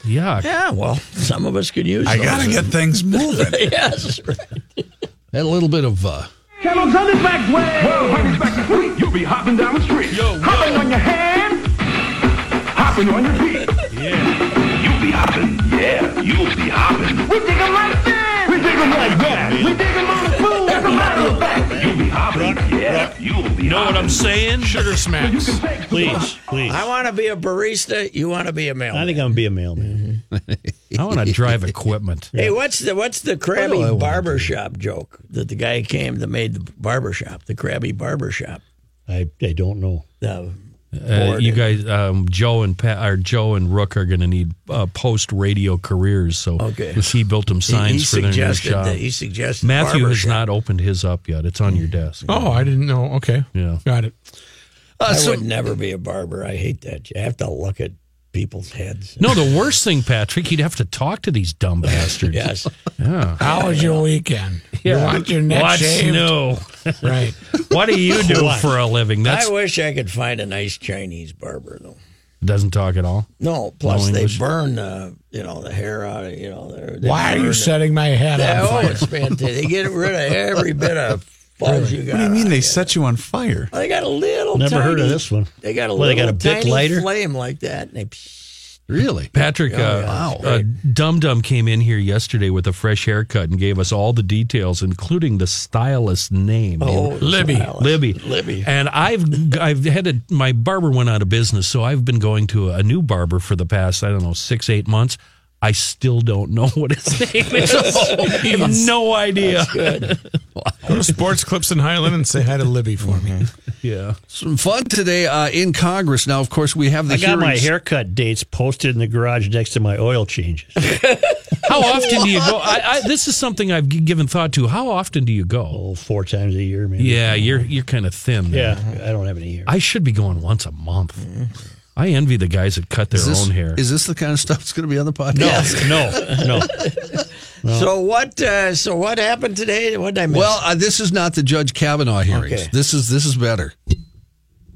Speaker 2: Yuck.
Speaker 1: Yeah, well, some of us could use.
Speaker 5: I
Speaker 1: those.
Speaker 5: got to get things moving.
Speaker 1: yes.
Speaker 8: Had a little bit of. Uh,
Speaker 9: Kellogg's Honey Smacks way. Well, Honey Smacks is sweet. You'll be hopping down the street. hopping on your hands. Hopping on your feet. Yeah. You'll be hopping. Yeah, you'll be hopping. We dig 'em like this. We dig 'em like that. We dig 'em on the food. That's a matter of fact. You'll be hopping. Yeah, you'll be
Speaker 2: Know what I'm saying?
Speaker 4: Sugar smacks.
Speaker 9: saying?
Speaker 3: Please, please.
Speaker 1: I want to be a barista. You want to be a
Speaker 3: I
Speaker 1: mailman.
Speaker 3: think I'm gonna be a mailman.
Speaker 2: I want to drive equipment.
Speaker 1: Hey, what's the what's the crabby
Speaker 8: I wanna
Speaker 1: barber shop joke that the guy came that made the barber shop, the crabby barber shop?
Speaker 3: I, I don't know.
Speaker 1: The
Speaker 2: Uh,
Speaker 1: board
Speaker 2: you
Speaker 1: and-
Speaker 2: guys, um, Joe and Pat, or Joe and Rook are going to need uh, post radio careers. So
Speaker 1: Okay.
Speaker 2: he built them
Speaker 1: he, he
Speaker 2: signs for their new
Speaker 1: suggested
Speaker 2: shop.
Speaker 1: that he suggested
Speaker 2: Matthew
Speaker 1: barber
Speaker 2: has
Speaker 1: shop.
Speaker 2: not opened his up yet. It's on your desk.
Speaker 4: Oh, I didn't know. Okay.
Speaker 2: Yeah.
Speaker 4: Got it.
Speaker 8: Uh,
Speaker 1: I
Speaker 8: so-
Speaker 1: would never be a barber. I hate that. I have to look at people's heads.
Speaker 2: No, the worst thing, Patrick, he'd have to talk to these dumb bastards.
Speaker 1: Yes.
Speaker 4: How was your weekend? You want your neck
Speaker 2: What's
Speaker 4: shaved?
Speaker 2: new?
Speaker 4: Right.
Speaker 2: What do you do for a living? That's
Speaker 1: I wish I could find a nice Chinese barber though.
Speaker 2: doesn't talk at all.
Speaker 1: No, plus
Speaker 2: No
Speaker 1: they
Speaker 2: English?
Speaker 1: burn uh, you know the hair out of you know. they're- They
Speaker 4: Why are
Speaker 1: burn
Speaker 4: you
Speaker 1: it.
Speaker 4: setting my head
Speaker 1: Yeah, oh,
Speaker 4: on fire?
Speaker 1: it's fantastic. They get rid of every bit of fuzz you got.
Speaker 5: What do you
Speaker 1: on
Speaker 5: mean they
Speaker 1: you.
Speaker 5: set you on fire?
Speaker 1: They got a little.
Speaker 3: Never heard of
Speaker 1: tiny-
Speaker 3: this one.
Speaker 1: They got a
Speaker 3: Well, they
Speaker 1: little
Speaker 3: got a bit
Speaker 1: tiny
Speaker 3: lighter?
Speaker 1: flame like that, and they
Speaker 8: really?
Speaker 2: Patrick, uh, uh, Dum Dum came in here yesterday with a fresh haircut and gave us all the details, including the stylist's name.
Speaker 1: Oh,
Speaker 4: Libby.
Speaker 1: Silas.
Speaker 2: Libby.
Speaker 1: Libby.
Speaker 2: And I've I've had a, my barber went out of business, so I've been going to a, new barber for the past I don't know six eight months. I still don't know what his name is. I have no idea.
Speaker 4: Go to Sports Clips in Highland and say hi to Libby for me.
Speaker 2: Yeah,
Speaker 8: Some fun today uh, in Congress. Now, of course, we have the
Speaker 3: I got my
Speaker 8: hearings-
Speaker 3: haircut dates posted in the garage next to my oil changes.
Speaker 2: how often do you go? I, I, this is something I've g- given thought to. How often do you go?
Speaker 3: oh, four times a year, maybe.
Speaker 2: Yeah, you're you're kind of thin. there.
Speaker 3: Yeah, I don't have any hair.
Speaker 2: I should be going once a month. I envy the guys that cut their
Speaker 8: Is this,
Speaker 2: own hair.
Speaker 8: Is this the kind of stuff that's going to be on the podcast?
Speaker 3: no, no.
Speaker 1: So what? Uh, so what happened today? What did I miss?
Speaker 8: Well, uh, this is not the Judge Kavanaugh hearings.
Speaker 1: Okay.
Speaker 8: This is this is better. Okay.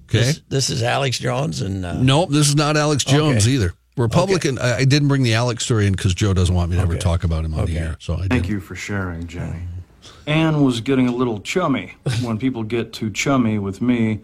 Speaker 1: this, this is Alex Jones, and uh,
Speaker 8: nope. This is not Alex Jones
Speaker 1: Okay.
Speaker 8: either. Republican. I, I didn't bring the Alex story in because Joe doesn't want me to ever talk about him on the air. So I didn't.
Speaker 10: Thank you for sharing, Jenny. Anne was getting a little chummy. When people get too chummy with me,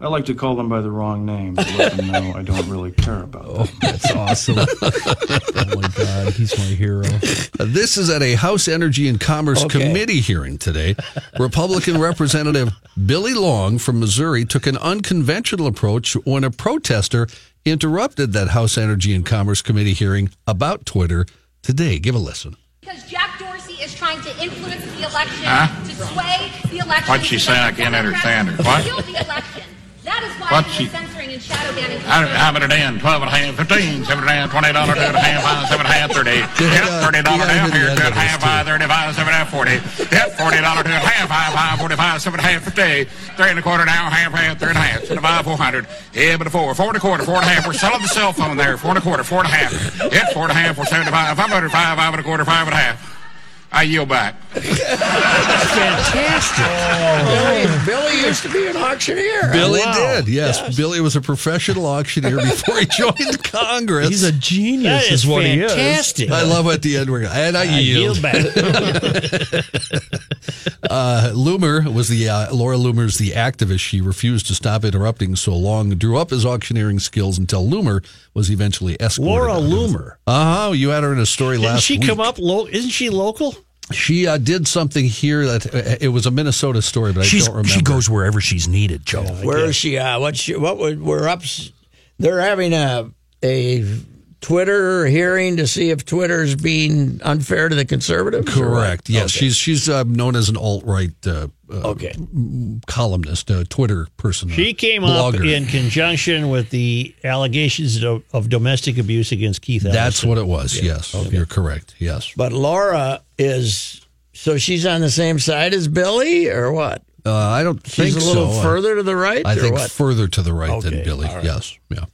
Speaker 10: I like to call them by the wrong name to let them know I don't really care about them.
Speaker 2: That's awesome. oh my god, he's my hero.
Speaker 8: Uh, This is at a House Energy and Commerce
Speaker 1: Okay.
Speaker 8: Committee hearing today. Republican Representative Billy Long from Missouri took an unconventional approach when a protester interrupted that House Energy and Commerce Committee hearing about Twitter today. Give a listen.
Speaker 11: Because Jack Dorsey is trying to influence the election, to sway the election.
Speaker 9: What'd she
Speaker 11: to
Speaker 9: say? I
Speaker 11: let
Speaker 9: can't
Speaker 11: Democrats
Speaker 9: understand her. What?
Speaker 11: Steal the election. That is why
Speaker 9: What'd she-
Speaker 11: he is censoring and shadow banning.
Speaker 9: many down? 12 and a half, 15, 7 and a half, 20 dollars, 2 and a half, 5, 7 and a half, 30.
Speaker 8: Yep, uh, $30 you gotta down hear the here, end two of and a half, this, too. five,
Speaker 9: 35, 7 and a half, 40. Yep, 40 dollar, 2 and a half, 5, 5, 45, 7 and a half, 50. 3 and a quarter, now, half, half, 3 and a half, 7 and a half, 400. Yeah, but a 4, 4 and a quarter, 4 and a half. We're selling the cell phone there, 4 and a quarter, 4 and a half. Yep, 4 and a half, 475, 500, 5, 5 and a quarter, 5 and a half. I yield back.
Speaker 8: Oh,
Speaker 1: Billy, Billy used to be an auctioneer.
Speaker 8: Billy did, yes. Billy was a professional auctioneer before he joined Congress.
Speaker 2: He's a genius,
Speaker 3: That is
Speaker 2: is what he is.
Speaker 3: fantastic.
Speaker 8: I love at the end we're and I,
Speaker 3: I
Speaker 8: yield.
Speaker 3: yield back.
Speaker 8: Loomer was the uh, Laura Loomer's the activist. She refused to stop interrupting so long, drew up his auctioneering skills until Loomer was eventually escorted.
Speaker 3: Laura Loomer.
Speaker 8: Uh huh. You had her in a story
Speaker 3: Didn't
Speaker 8: last.
Speaker 3: she
Speaker 8: week.
Speaker 3: come up? Lo- isn't she local?
Speaker 8: She uh, did something here that uh, it was a Minnesota story, but
Speaker 2: She's,
Speaker 8: I don't remember.
Speaker 2: she goes wherever she's needed, Joe.
Speaker 1: Where is she? Uh, what's she? What would we're up? They're having a a Twitter hearing to see if Twitter's being unfair to the conservatives. or what?
Speaker 8: Correct. Yes,
Speaker 1: Okay.
Speaker 8: she's she's uh, known as an alt right uh, uh,
Speaker 1: okay.
Speaker 8: columnist, uh, Twitter person. uh,
Speaker 3: She came up
Speaker 8: blogger.
Speaker 3: in conjunction with the allegations of, of domestic abuse against Keith.
Speaker 8: That's
Speaker 3: Ellison.
Speaker 8: what it was. Yes, you're correct. Yes,
Speaker 1: But Laura is so she's on the same side as Billy, or what?
Speaker 8: uh, I don't think
Speaker 1: She's a little
Speaker 8: so. I-
Speaker 1: further to the right,
Speaker 8: I
Speaker 1: or
Speaker 8: think
Speaker 1: what?
Speaker 8: further to the right
Speaker 1: Okay,
Speaker 8: than Billy. Yes. Yeah.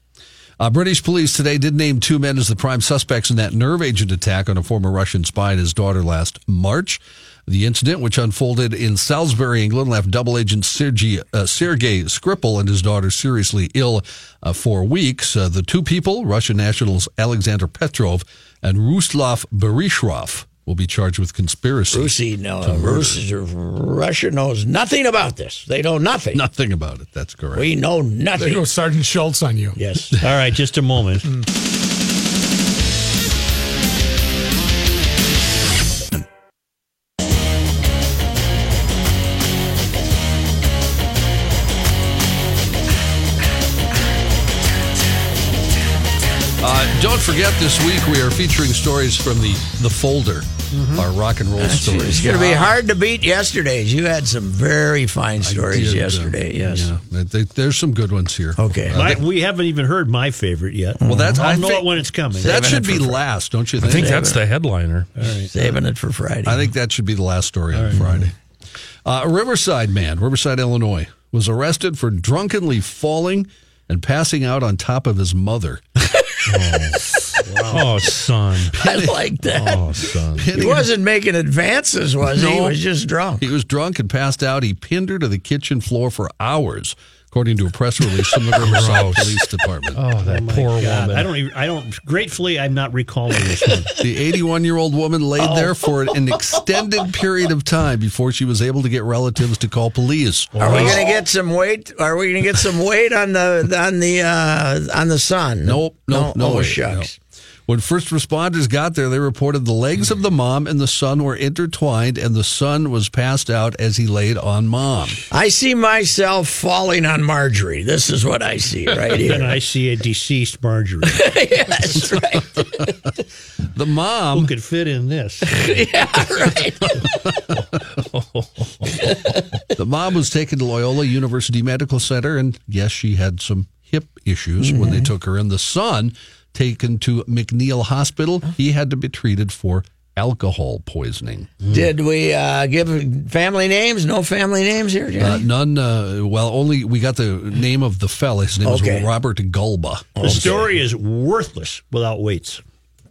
Speaker 8: Uh, British police today did name two men as the prime suspects in that nerve agent attack on a former Russian spy and his daughter last March. The incident, which unfolded in Salisbury, England, left double agent Sergei, uh, Sergei Skripal and his daughter seriously ill uh, for weeks. Uh, the two people, Russian nationals Alexander Petrov and Ruslav Berishov, will be charged with conspiracy.
Speaker 1: Rusi, no, Rusi, Russia knows nothing about this. They know nothing.
Speaker 8: Nothing about it. That's correct.
Speaker 1: We know
Speaker 4: There
Speaker 1: nothing.
Speaker 4: goes Sergeant Schultz on you.
Speaker 1: Yes.
Speaker 3: All right, just a moment.
Speaker 8: Uh, Don't forget, this week we are featuring stories from the the folder, our rock and roll stories.
Speaker 1: Mm-hmm. It's going to be hard to beat yesterday's. You had some very fine stories
Speaker 8: did, uh,
Speaker 1: yesterday. Yes.
Speaker 8: Yeah, there- there- there's some good ones here.
Speaker 1: Okay.
Speaker 3: My, we haven't even heard my favorite yet.
Speaker 8: Well, that's- I
Speaker 3: I'll know
Speaker 8: think-
Speaker 3: it when it's coming.
Speaker 8: That should be last, don't you
Speaker 2: I
Speaker 8: think?
Speaker 2: think that's the headliner.
Speaker 1: Saving it for Friday.
Speaker 8: uh, I think that should be the last story on Friday. Uh, a Riverside man, Riverside, Illinois, was arrested for drunkenly falling and passing out on top of his mother.
Speaker 2: Oh, son.
Speaker 1: I like that.
Speaker 2: Oh, son.
Speaker 1: He wasn't making advances, was he? He was just drunk.
Speaker 8: He was drunk and passed out. He pinned her to the kitchen floor for hours, according to a press release from the Riverside Police Department.
Speaker 2: Oh, that poor
Speaker 3: God,
Speaker 2: woman.
Speaker 3: I don't even. I don't. Gratefully, I'm not recalling this one.
Speaker 8: The 81 year old woman laid there for an extended period of time before she was able to get relatives to call police.
Speaker 1: Are we going to get some weight? Are we going to get some weight on the on the uh, on the sun?
Speaker 8: Nope, nope, no,
Speaker 1: Oh,
Speaker 8: way,
Speaker 1: shucks.
Speaker 8: no. When first responders got there, they reported the legs of the mom and the son were intertwined, and the son was passed out as he laid on mom.
Speaker 1: I see myself falling on Marjorie. This is what I see right
Speaker 3: Then
Speaker 1: here.
Speaker 3: I see a deceased Marjorie
Speaker 1: yes, right.
Speaker 8: The mom
Speaker 3: who could fit in this.
Speaker 8: The mom was taken to Loyola University Medical Center, and yes, she had some hip issues when they took her in. The son taken to McNeil Hospital. He had to be treated for alcohol poisoning.
Speaker 1: Did we uh, give family names? No family names here,
Speaker 8: Uh,
Speaker 1: Jerry?
Speaker 8: none, uh, well, only we got the name of the fella. His name
Speaker 1: Okay.
Speaker 8: was Robert Gulba.
Speaker 2: Oh,
Speaker 3: The story is worthless without weights.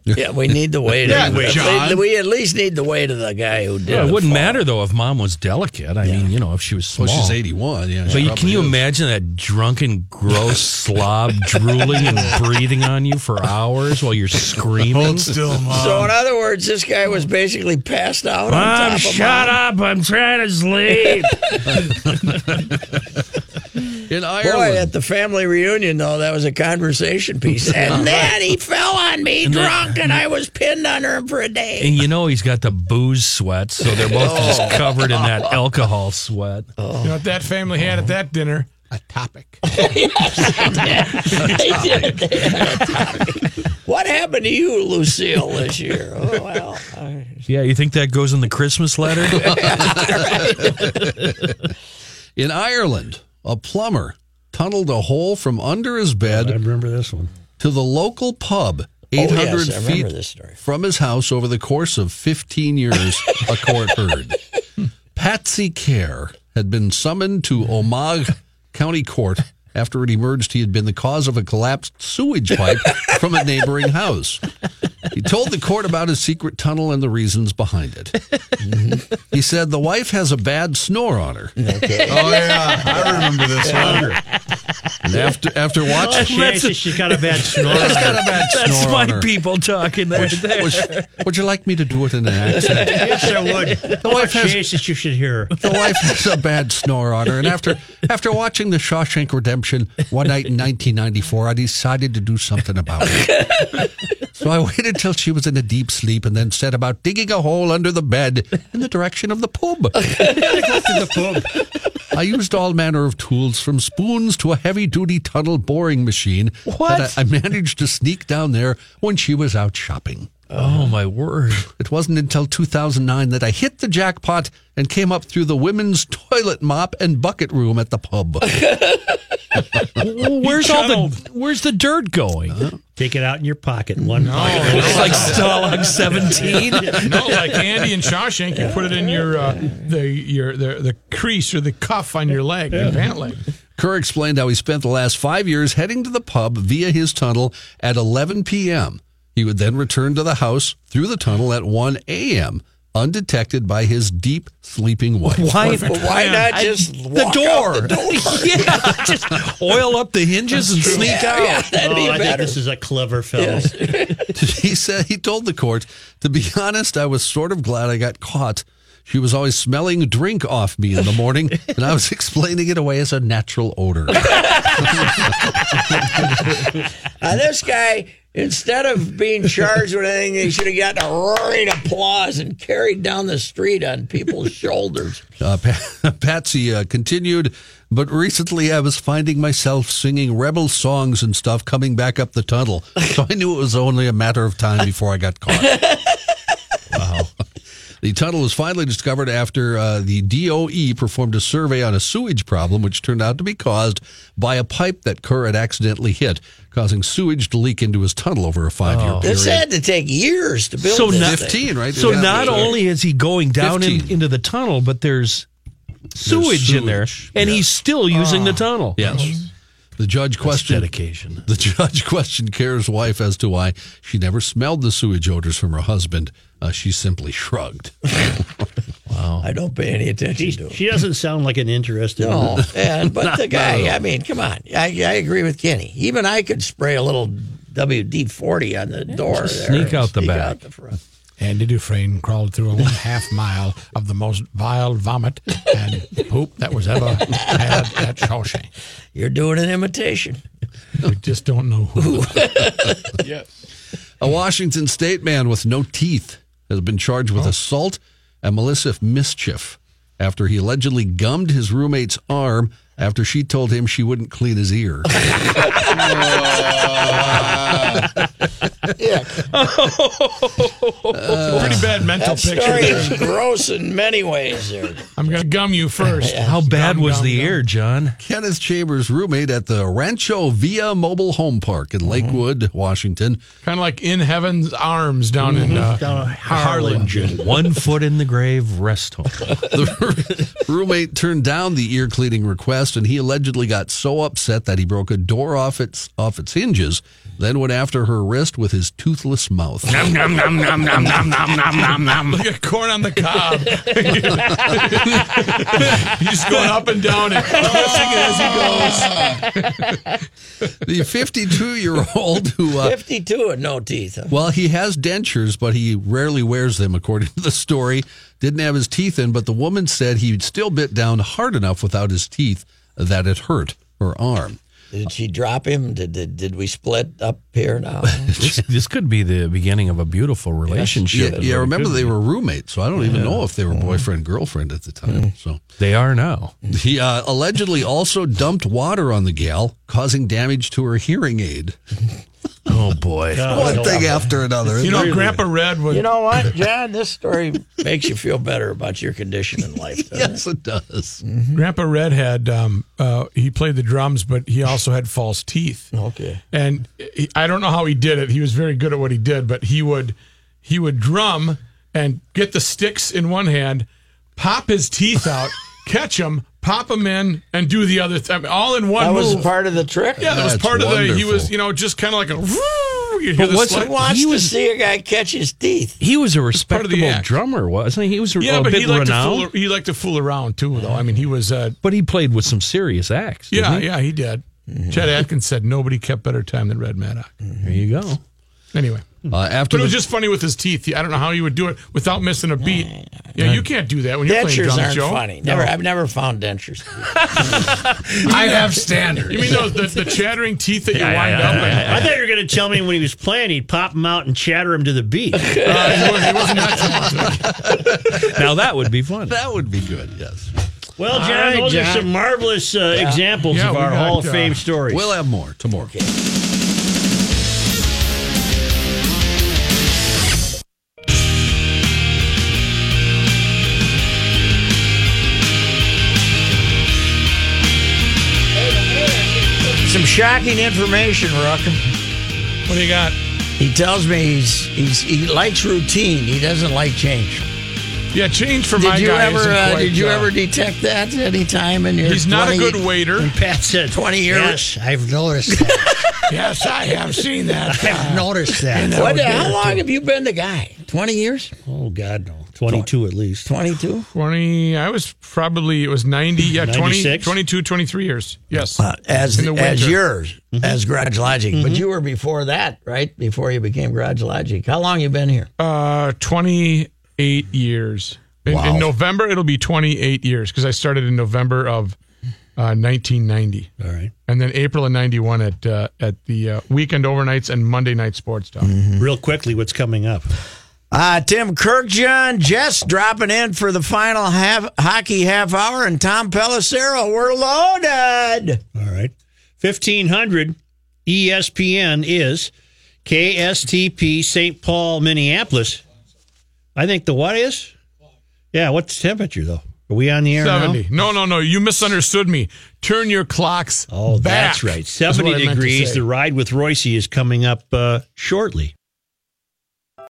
Speaker 1: yeah, we need the weight.
Speaker 4: Yeah,
Speaker 1: of the-
Speaker 4: John.
Speaker 1: We, we at least need the weight of the guy who did
Speaker 2: Yeah,
Speaker 1: it.
Speaker 2: it wouldn't matter, though, if mom was delicate. I mean, you know, if she was small.
Speaker 8: Well, she's 81. Yeah,
Speaker 2: But
Speaker 8: she
Speaker 2: you, can
Speaker 8: probably
Speaker 2: you
Speaker 8: is.
Speaker 2: imagine that drunken, gross slob drooling and breathing on you for hours while you're screaming?
Speaker 4: Hold still, Mom.
Speaker 1: So, in other words, this guy was basically passed out on top of mom.
Speaker 2: up! I'm trying to sleep.
Speaker 8: In Ireland.
Speaker 1: Boy, at the family reunion, though, that was a conversation piece. And then he fell on me drunk, and I was pinned under him for a day.
Speaker 2: and you know he's got the booze sweat, so they're both
Speaker 8: Oh,
Speaker 2: just covered in that alcohol sweat.
Speaker 4: You know what that family had at that dinner? A topic.
Speaker 1: What happened to you, Lucille, this year? Oh, well. I-
Speaker 2: Yeah, you think that goes in the Christmas letter?
Speaker 8: In Ireland, a plumber tunneled a hole from under his
Speaker 3: I
Speaker 8: bed
Speaker 3: remember this one.
Speaker 8: to the local pub
Speaker 1: yes,
Speaker 8: 800
Speaker 1: I remember
Speaker 8: feet
Speaker 1: this story.
Speaker 8: from his house over the course of 15 years, a court heard. Patsy Kerr had been summoned to Omagh County Court after it emerged he had been the cause of a collapsed sewage pipe from a neighboring house. He told the court about his secret tunnel and the reasons behind it. He said the wife has a bad snore on her.
Speaker 5: Oh yeah, I remember this one. Oh,
Speaker 8: And after after watching
Speaker 3: She, she, she's got a bad snore.
Speaker 8: She's got a bad
Speaker 2: That's
Speaker 8: snore
Speaker 2: my
Speaker 8: on her.
Speaker 2: people talking right there.
Speaker 8: Would, would you like me to do it in an accent?
Speaker 3: yes, I would. The
Speaker 8: wife has-
Speaker 3: Jesus, you should hear her.
Speaker 8: The wife has a bad snore on her, and after after watching The Shawshank Redemption one night in 1994, I decided to do something about it. So I waited till she was in a deep sleep, and then set about digging a hole under the bed in the direction of the pub. I used all manner of tools, from spoons to a heavy-duty tunnel boring machine. That I, I managed to sneak down there when she was out shopping.
Speaker 2: Oh my word!
Speaker 8: It wasn't until 2009 that I hit the jackpot and came up through the women's toilet mop and bucket room at the pub.
Speaker 2: Where's all the Where's the dirt going?
Speaker 3: Take it out in your pocket. One
Speaker 2: Oh,
Speaker 3: pocket.
Speaker 2: It's like Stalag 17.
Speaker 4: Oh, No, like Andy and Shawshank, you put it in your uh, the your the, the crease or the cuff on your leg, your pant leg.
Speaker 8: Kerr explained how he spent the last five years heading to the pub via his tunnel at 11 p.m. He would then return to the house through the tunnel at 1 a.m., undetected by his deep sleeping wife.
Speaker 2: Why?
Speaker 1: But why not just
Speaker 2: the
Speaker 1: walk out
Speaker 2: door. yeah, just oil up the hinges and sneak out.
Speaker 1: Yeah, that'd be
Speaker 3: oh, I think
Speaker 1: better.
Speaker 3: this is a clever fellow.
Speaker 8: he said he told the court, to be honest, I was sort of glad I got caught. She was always smelling drink off me in the morning, and I was explaining it away as a natural odor.
Speaker 1: Now, this guy Instead of being charged with anything, they should have gotten a roaring applause and carried down the street on people's shoulders.
Speaker 8: Uh, Pa- Patsy uh, continued, but recently I was finding myself singing rebel songs and stuff coming back up the tunnel. So I knew it was only a matter of time before I got caught. wow. The tunnel was finally discovered after uh, the DOE performed a survey on a sewage problem, which turned out to be caused by a pipe that Kerr had accidentally hit, causing sewage to leak into his tunnel over a five year period.
Speaker 1: This had to take years to build.
Speaker 2: So
Speaker 1: this
Speaker 2: not,
Speaker 1: thing.
Speaker 8: 15, right?
Speaker 2: Oh. So
Speaker 8: Yeah,
Speaker 2: not
Speaker 8: sure.
Speaker 2: only is he going down in,
Speaker 8: 15.
Speaker 2: into the tunnel, but there's sewage, in there,
Speaker 8: sewage, Ah.
Speaker 2: and he's still using the tunnel.
Speaker 8: Yes. The judge questioned
Speaker 2: dedication.
Speaker 8: The judge questioned Kerr's wife as to why she never smelled the sewage odors from her husband. Uh, she simply shrugged.
Speaker 1: I don't pay any attention
Speaker 3: She,
Speaker 1: to it.
Speaker 3: she doesn't sound like an interested.
Speaker 1: No, and but the guy. I mean, come on. I, I agree with Kenny. Even I could spray a little WD forty on the door.
Speaker 2: just
Speaker 1: there
Speaker 2: sneak
Speaker 1: and
Speaker 2: out the
Speaker 1: sneak
Speaker 2: back.
Speaker 1: out the front.
Speaker 4: Andy Dufresne crawled through a one half mile of the most vile vomit and poop that was ever had at Shawshank.
Speaker 1: You're doing an imitation.
Speaker 4: We just don't know who.
Speaker 8: A Washington state man with no teeth has been charged with assault and malicious mischief after he allegedly gummed his roommate's arm after she told him she wouldn't clean his ear.
Speaker 4: Pretty bad mental
Speaker 1: That
Speaker 4: picture.
Speaker 1: story
Speaker 4: there.
Speaker 1: is gross in many ways. There.
Speaker 4: I'm going to gum you first.
Speaker 2: How bad
Speaker 4: Gum,
Speaker 2: was
Speaker 4: gum,
Speaker 2: the
Speaker 4: gum.
Speaker 2: ear, John?
Speaker 8: Kenneth Chambers' roommate at the Rancho Villa Mobile Home Park in Lakewood, Washington,
Speaker 4: Kind of like in heaven's arms down in uh, Harlingen.
Speaker 2: One foot in the grave, rest home.
Speaker 8: The roommate turned down the ear cleaning request, and he allegedly got so upset that he broke a door off its off its hinges, then went after her wrist with his toothless mouth.
Speaker 4: Look at corn on the cob. He's going up and down and twisting it as he goes.
Speaker 8: the 52 year old who. Uh,
Speaker 1: Fifty-two and no teeth. huh?
Speaker 8: well, he has dentures, but he rarely wears them, according to the story. Didn't have his teeth in, but the woman said he'd still bit down hard enough without his teeth that it hurt her arm.
Speaker 1: Did she drop him? Did, did did we split up here now?
Speaker 2: This, this could be the beginning of a beautiful relationship.
Speaker 8: Yeah, yeah remember they were roommates, so I don't even know if they were boyfriend girlfriend at the time. So
Speaker 2: They are now.
Speaker 8: He uh, allegedly also dumped water on the gal, causing damage to her hearing aid.
Speaker 2: Oh boy.
Speaker 8: One thing after another.
Speaker 4: You know, Grandpa Red would.
Speaker 1: you know what, John? This story makes you feel better about your condition in life. doesn't it?
Speaker 8: yes, it does.
Speaker 4: Grandpa Red had um, uh, he played the drums, but he also had false teeth.
Speaker 1: Okay.
Speaker 4: and he, I don't know how he did it. He was very good at what he did, but he would he would drum and get the sticks in one hand, pop his teeth out, catch them, pop them in, and do the other th- I mean, all in one
Speaker 1: That was
Speaker 4: move.
Speaker 1: part of the trick.
Speaker 4: yeah, that was
Speaker 8: That's
Speaker 4: part of the. He was
Speaker 8: wonderful.
Speaker 4: you know just kind of like a. Woo, you hear
Speaker 2: But
Speaker 4: the
Speaker 2: what's-
Speaker 4: slide-
Speaker 1: Wants
Speaker 2: He
Speaker 1: to
Speaker 2: was-
Speaker 1: see a guy catch his teeth.
Speaker 2: He was a
Speaker 4: part of the
Speaker 2: respectable
Speaker 4: act.
Speaker 2: drummer, wasn't he? He was
Speaker 4: yeah,
Speaker 2: a
Speaker 4: but
Speaker 2: bit
Speaker 4: he liked
Speaker 2: renowned,
Speaker 4: to fool. He liked to fool around too, though. I mean, he was. Uh,
Speaker 2: but he played with some serious acts. didn't
Speaker 4: yeah,
Speaker 2: he?
Speaker 4: yeah, he did. Chad Atkins said nobody kept better time than Red Maddock.
Speaker 2: There you go.
Speaker 4: Anyway.
Speaker 8: Uh, after
Speaker 4: But it was
Speaker 8: the-
Speaker 4: just funny with his teeth. I don't know how he would do it without missing a beat. Yeah, you can't do that when you're playing
Speaker 1: Dentures
Speaker 4: drums,
Speaker 1: aren't
Speaker 4: Joe.
Speaker 1: funny. Never, I've never found dentures.
Speaker 4: I have standards. You mean those the, the chattering teeth that you wind up? with?
Speaker 3: I thought you were going to tell me when he was playing, he'd pop him out and chatter him to the beat.
Speaker 4: Uh, he was- he wasn't that talented.
Speaker 2: Now that would be fun.
Speaker 8: that would be good. Yes,
Speaker 3: Well, John,
Speaker 4: right,
Speaker 3: those are
Speaker 4: John.
Speaker 3: some marvelous uh, examples
Speaker 4: Yeah,
Speaker 3: of
Speaker 4: we
Speaker 3: our
Speaker 4: got,
Speaker 3: Hall of
Speaker 4: uh,
Speaker 3: Fame stories.
Speaker 8: we'll have more tomorrow.
Speaker 1: Some shocking information, Ruckum.
Speaker 4: What do you got?
Speaker 1: He tells me he's, he's he likes routine. He doesn't like change.
Speaker 4: Yeah, change for my
Speaker 1: Did you
Speaker 4: guy.
Speaker 1: ever
Speaker 4: isn't
Speaker 1: uh,
Speaker 4: quite,
Speaker 1: did you
Speaker 4: uh,
Speaker 1: ever detect that at any time in your
Speaker 4: He's not a
Speaker 1: 20
Speaker 4: good waiter.
Speaker 3: Pat said,
Speaker 1: 20 years?
Speaker 3: Yes, I've noticed that.
Speaker 4: yes, I have seen that.
Speaker 3: I've noticed that.
Speaker 1: What, how long have you been the guy? Twenty years?
Speaker 3: Oh, God, no. 22 at least.
Speaker 1: Twenty two?
Speaker 4: Twenty. I was probably it was ninety. Yeah, 20,
Speaker 3: 96?
Speaker 4: 22, 23 years. Yes.
Speaker 1: Uh, as
Speaker 4: In the
Speaker 1: as
Speaker 4: winter.
Speaker 1: yours as Garage Logic, but you were before that, right? Before you became Garage Logic. How long you been here?
Speaker 4: Uh, 28 years. In, in November, it'll be 28 years because I started in November of uh, 1990.
Speaker 3: All right.
Speaker 4: And then April of 91 at uh, at the uh, weekend overnights and Monday night sports talk.
Speaker 1: Mm.
Speaker 3: Real quickly, what's coming up?
Speaker 1: Uh, Tim Kirkjohn, Jess dropping in for the final half hockey half hour, and Tom Pelissero. We're loaded.
Speaker 3: All right. E 1500 ESPN is KSTP St. Paul, Minneapolis. I think the what is? Yeah, what's the temperature, though? Are we on the air now?
Speaker 4: 70. No, no, no. You misunderstood me. Turn your clocks
Speaker 3: Oh,
Speaker 4: back.
Speaker 3: that's right.
Speaker 4: is what I
Speaker 3: 70
Speaker 4: meant to
Speaker 3: degrees.
Speaker 4: say.
Speaker 3: The ride with Royce is coming up uh, shortly.